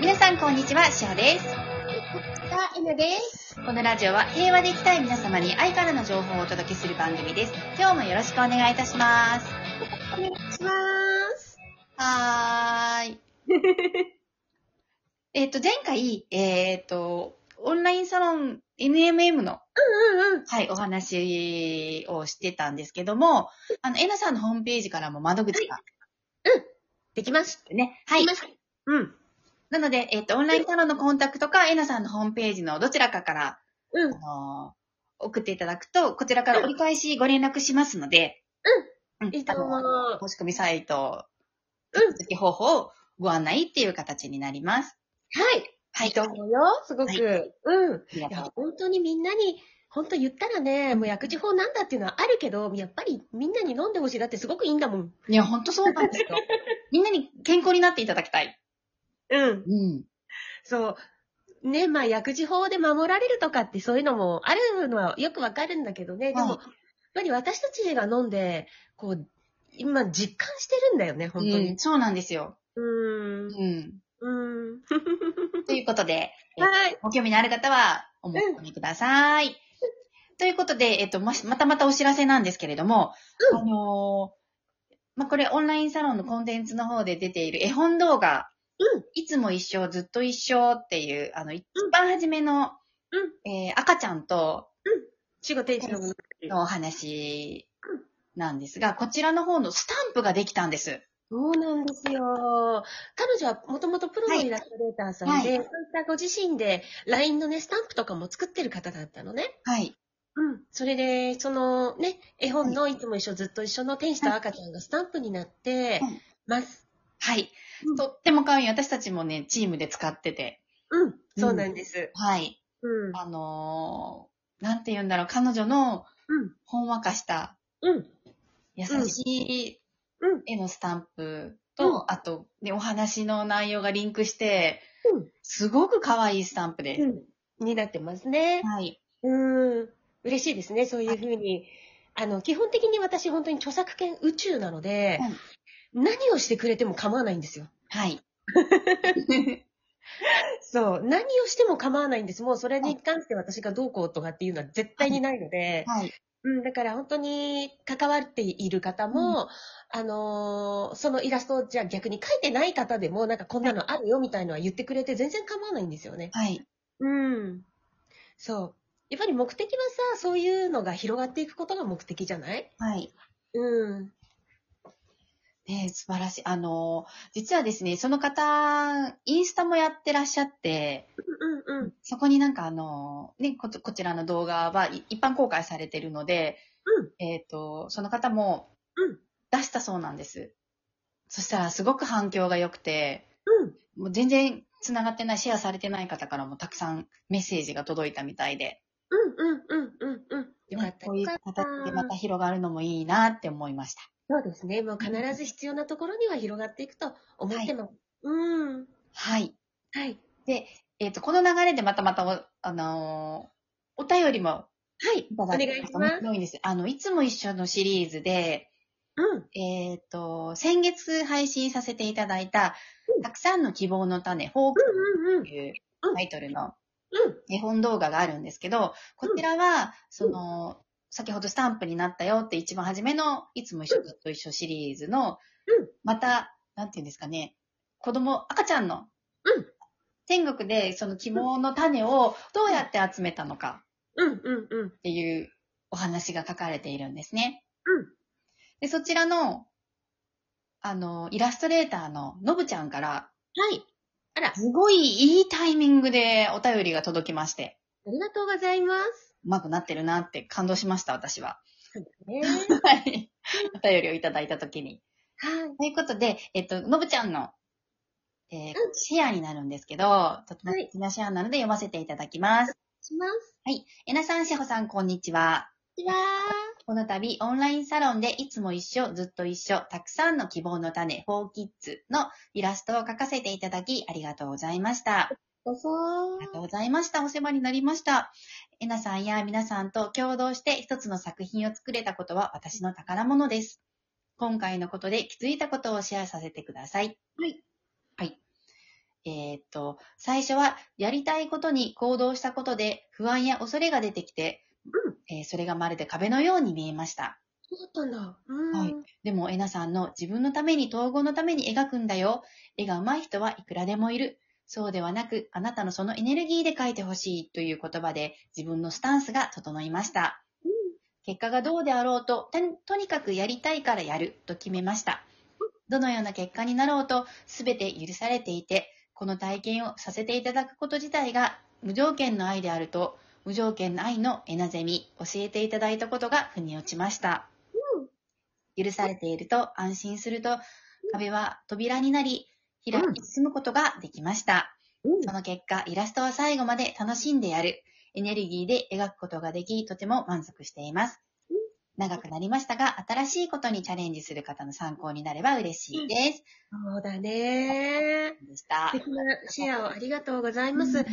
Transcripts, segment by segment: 皆さんこんにちは、しおです。さあ、N です。このラジオは平和で生きたい皆様に愛からの情報をお届けする番組です。今日もよろしくお願いいたします。お願いしまーす。は ーい。えっと、前回、えっと、オンラインサロン NMM の、うんうんうん。はい、お話をしてたんですけども、あの、えなさんのホームページからも窓口ができましね、た。はいでき。ました。うん。なので、えっと、オンラインサロンのコンタクトか、えなさんのホームページのどちらかからうん。あの送っていただくと、こちらから折り返しご連絡しますので、うん。えっと、あの、は申し込みサイト、うん手続き方法をご案内っていう形になります。い。はい、どうもそうよ、すごく。はうん。ありがいやと、本当にみんなに、本当言ったらね、もう薬事法なんだっていうのはあるけど、やっぱりみんなに飲んでほしい。だってすごくいいんだもん。う。いや、ほんとそうなん ですよ。みんなに健康になっていただきたい。うん。うん。そう。ね、まあ薬事法で守られるとかってそういうのもあるのはよくわかるんだけどね。でも、はやいっぱり私たちが飲んで、こう、今実感してるんだよね、本当うにん。そうなんですよ。うんう。ん。うん。ということで、はい。ご興味のある方は、お申し込みください。ということで、えっと、まし、またまたお知らせなんですけれども、うんあのーまあ、これオンラインサロンのコンテンツの方で出ている絵本動画、うんいつも一緒、ずっと一緒っていう、あの、一番初めの、えー赤ちゃんと死後天使のもの。のお話なんですが、こちらの方のスタンプができたんです。そうなんですよ。彼女はもともとプロのイラストレーターさんで、はそういったご自身で LINE のね、スタンプとかも作ってる方だったのね。はい。うん。それで、そのね、絵本のいつも一緒、ずっと一緒の天使と赤ちゃんがスタンプになってはいます。はい。うんとっても可愛い。私たちもね、チームで使ってて。うん。そうなんです。はい。うん。あのーなんて言うんだろう、彼女のほんわかしたうん。うん。優しいうん。絵のスタンプと、うあと、ね、お話の内容がリンクして、うんすごく可愛いスタンプです。うん。になってますね。はい。うん。嬉しいですね、そういうふうに。あの、基本的に私本当に著作権宇宙なので、はい何をしてくれても構わないんですよ。 はい。そう。何をしても構わないんです。もうそれに関して私がどうこうとかっていうのは絶対にないので、はい。うん、だから本当に関わっている方も、あのーそのイラストをじゃあ逆に書いてない方でも、なんかこんなのあるよみたいのは言ってくれて全然構わないんですよね。はい。うん。そう。やっぱり目的はさ、そういうのが広がっていくことが目的じゃないはい。うん。ね素晴らしい。あのー実はですね、その方、インスタもやってらっしゃって、うんうんうん。そこになんかあのーね、こ、こちらの動画はい一般公開されてるので、えっ、と、その方もうん。出したそうなんです。そしたらすごく反響が良くて、うん。もう全然繋がってない、シェアされてない方からもたくさんメッセージが届いたみたいで、うんうんうんうんうん。よかねった。こういうよかった形でまた広がるのもいいなって思いました。そうですね。もう必ず必要なところには広がっていくと思ってます。うん。はい。はい。えっ、と、この流れでまたまたお、あのーお便りもはい。いおただ願いいします。多いんです。あの、いつも一緒のシリーズで、うん。えっ、と、先月配信させていただいたう、んたくさんの希望の種、フォークうんうんうんと。いううんタイトルのうん。絵本動画があるんですけど、こちらは、その、先ほどスタンプになったよって一番初めの、いつも一緒ずっと一緒シリーズのうん、また、なんていうんですかね、子供、赤ちゃんのうん、天国でその希望の種をどうやって集めたのかうんうんうん。っていうお話が書かれているんですね。うんで、そちらの、あの、イラストレーターののぶちゃんから、はい。あら、あすごいいいタイミングでお便りが届きまして。りがとうございます。うまくなってるなって感動しました、私は。 ね、はい。 お便りをいただいたときに。はい。ということで、えっと、のぶちゃんの、えーうシェアになるんですけど、とっても素敵なシェアなので読ませていただきます。します。えなさん、しほさん、こんにちは。こんにちはこの度、オンラインサロンでいつも一緒、ずっと一緒、たくさんの希望の種、4キッズのイラストを描かせていただき、ありがとうございました。ごそあーりがとうございました。お世話になりました。えなさんや皆さんと共同して一つの作品を作れたことは私の宝物です。今回のことで気づいたことをシェアさせてください。はい。はい。えーっと、最初はやりたいことに行動したことで不安や恐れが出てきて、えーそれがまるで壁のように見えました。そうだったんだ。うん。はいでも、えなさんの自分のために統合のために描くんだよ。絵が上手い人はいくらでもいる。そうではなく、あなたのそのエネルギーで描いてほしいという言葉で自分のスタンスが整いました。うん結果がどうであろうと、ととにかくやりたいからやると決めました。どのような結果になろうと、すべて許されていて、この体験をさせていただくこと自体が無条件の愛であると、無条件の愛のエナゼミ、教えていただいたことが腑に落ちました。許されていると安心すると、壁は扉になり、開き進むことができました。うんその結果、イラストは最後まで楽しんでやる。エネルギーで描くことができ、とても満足しています。長くなりましたが、新しいことにチャレンジする方の参考になれば嬉しいです。そうだね。でした素。敵なシェアをありがとうございます。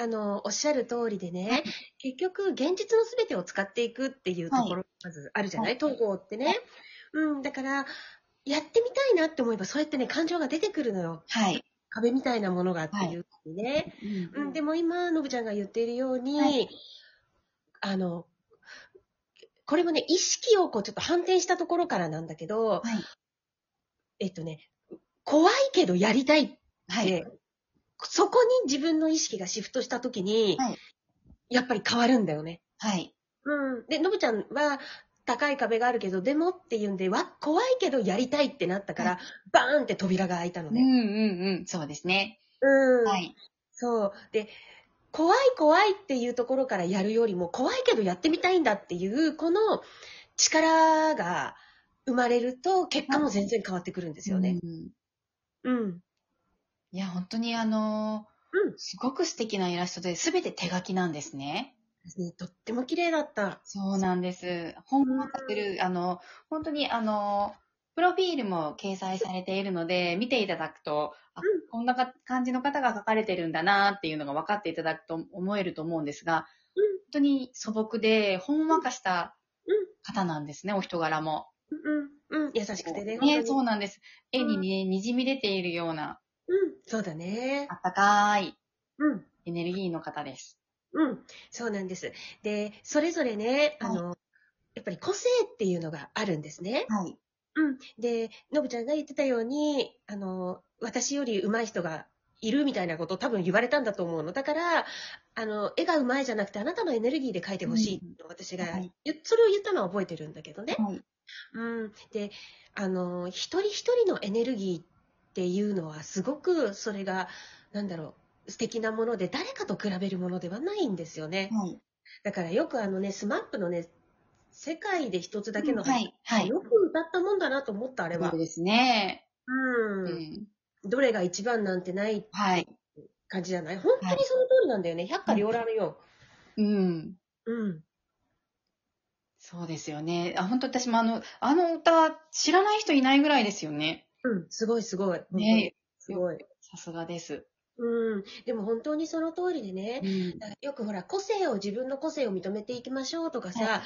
あの、おっしゃる通りでね、結局、現実のすべてを使っていくっていうところ、まずあるじゃない、はい統合ってね。うん、だから、やってみたいなって思えば、そうやってね、感情が出てくるのよ。はい。壁みたいなものがっていうふうにね。ううん、でも今、のぶちゃんが言っているように、はいあの、これもね、意識をこう、ちょっと反転したところからなんだけど、はいえっとね、怖いけどやりたいって、はい。そこに自分の意識がシフトしたときに、はいやっぱり変わるんだよね。はい。うん。で、のぶちゃんは、高い壁があるけど、でもっていうんで、わ、怖いけどやりたいってなったから、バーンって扉が開いたのうんうね。んうん。そうですね。うん。はい。そう。で、怖い怖いっていうところからやるよりも、怖いけどやってみたいんだっていう、この力が生まれると、結果も全然変わってくるんですよね。うんうん。いや、本当にあのーうんすごく素敵なイラストで、すべて手書きなんですね。とっても綺麗だった。そうなんです。本を立てる、あの、本当にあの、プロフィールも掲載されているので、見ていただくと、あうこんなか感じの方が書かれてるんだなっていうのが分かっていただくと思えると思うんですが、うん本当に素朴で、ほんわかしたうん方なんですね、お人柄も。うん。うん。優しくてね、ね。本当そにうなんです。絵にね、にじみ出ているような、うん。そうだね。あったかいうん。エネルギーの方です。うん。そうなんです。で、それぞれね、あはいの、やっぱり個性っていうのがあるんですね。はい。うん。で、のぶちゃんが言ってたように、あの、私より上手い人がいるみたいなことを多分言われたんだと思うの。だから、あの、絵が上手いじゃなくて、あなたのエネルギーで描いてほしいと私が、はいゆそれを言ったのは覚えてるんだけどね。はい。うん。で、あの、一人一人のエネルギーっていうのは、すごくそれが、なんだろう、素敵なもので、誰かと比べるものではないんですよね。はい。だからよくあのね、スマップのね、世界で一つだけの、はい。はい。よく歌ったもんだなと思った、あれはそう。ですね。ううん。ん。どれが一番なんてないはい。感じじゃない本当にその通りなんだよね。百花両乱よ。うん。うん。そうですよね。あ、本当私もあの、あの歌、知らない人いないぐらいですよね。うん。すごいすごい。ねすごい。さすがです。うん。でも本当にその通りでね。うんだからよくほら、個性を、自分の個性を認めていきましょうとかさ、はい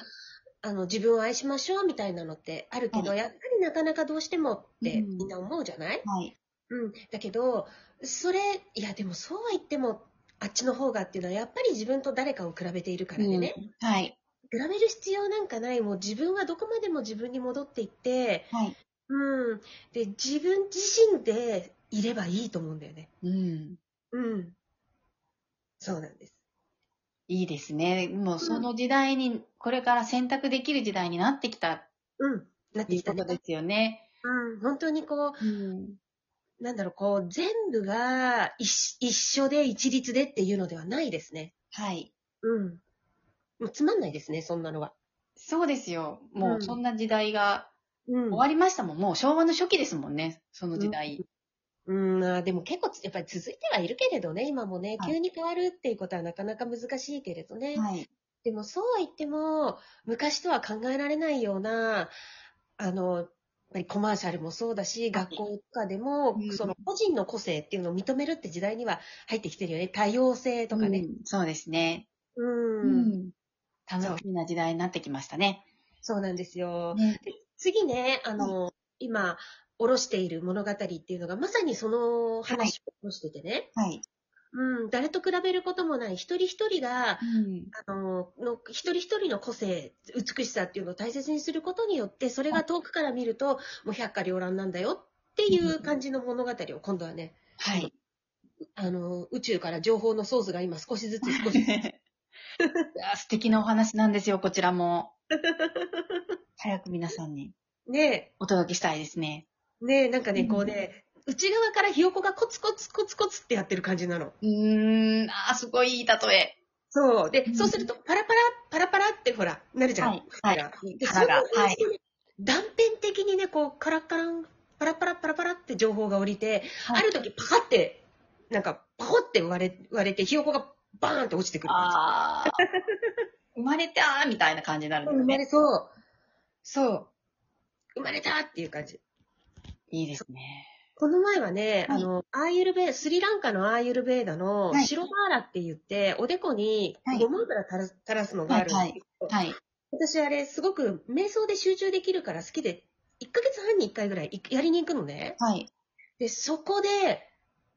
あの、自分を愛しましょうみたいなのってあるけど、はやっぱりなかなかどうしてもってうんみんな思うじゃない、はい。うん、だけど、それ、いや、でもそうは言っても、あっちの方がっていうのは、やっぱり自分と誰かを比べているからでね、うんはい。比べる必要なんかない、もう自分はどこまでも自分に戻っていって、はい。うん、で、自分自身でいればいいと思うんだよね。うん。うん。そうなんです。いいですね。もうその時代に、これから選択できる時代になってきたっうん。なってていきうこたとね。ですよね。うん、本当にこうん。う、なんだろう、こう、全部が一一緒で一律でっていうのではないですね。はい。うん。もうつまんないですね、そんなのは。そうですよ。もうんうそんな時代がうん終わりましたもん。もう昭和の初期ですもんね。その時代。うん、まあでも結構やっぱり続いてはいるけれどね、今もね、はい急に変わるっていうことはなかなか難しいけれどね。はい。でもそうは言っても、昔とは考えられないような、あの、やっぱりコマーシャルもそうだし、学校とかでも、うんその個人の個性っていうのを認めるって時代には入ってきてるよね。多様性とかね。うん。そうですね。うん。うん。楽しみな時代になってきましたね。そうなんですよ。ね次ね、あの、今、おろしている物語っていうのが、まさにその話をおろしててね、はい。うん、誰と比べることもない、一人一人が、うん。あの、の一人一人の個性、美しさっていうのを大切にすることによって、それが遠くから見ると、もう百花繚乱なんだよっていう感じの物語を今度はね、はい。あの、宇宙から情報のソースが今少しずつ少しずついや素敵なお話なんですよ、こちら も。早く皆さんにねお届けしたいですね。え、ねえ、なんかね、うんこうね、内側からひよこがコツコツコツコツってやってる感じなの。うーん、あーすごいいい例え。そう。で、うんそうすると、パラパラ、パラパラってほら、なるじゃん。はい。はい。で、そ腹れがが、ははいい、断片的にね、こう、カラッカラン、パラパラパラパラって情報が降りて、はいある時パカって、なんか、パコって割れ、割れて、ひよこがバーンって落ちてくる感じ。 ああ。生まれたーみたいな感じになるんです生まね。れそう。そう。生まれたっていう感じ。いいですね。この前はね、はいあの、アーユルベー、スリランカのアーユルベーダのはいシロマーラって言って、おでこにはいごま油垂らす垂らすのがあるんですけど、はい。私あれすごく瞑想で集中できるから好きで、1ヶ月半に1回ぐらいいやりに行くのね。はい。で、そこで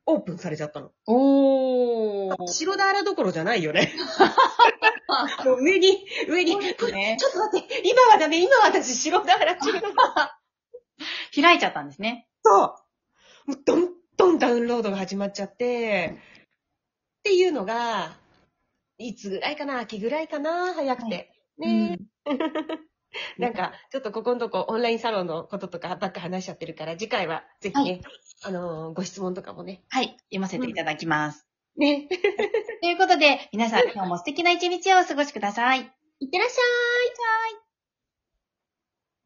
オープンされちゃったの。おー。白ダーラどころじゃない よね。もう上に、上に、そうですねちょっと待って、今はダメ、今は私白ダーラ中開いちゃったんですね。そう。もうどんどんダウンロードが始まっちゃって、うんっていうのが、いつぐらいかな、秋ぐらいかな、早くて。ね、うんなんか、ちょっとここのとこ、オンラインサロンのこととかばっか話しちゃってるから、次回はぜひね、あのーご質問とかもね。はい。読ませていただきます。ね。ということで、皆さん今日も素敵な一日をお過ごしください。いいってらっしゃい。はい。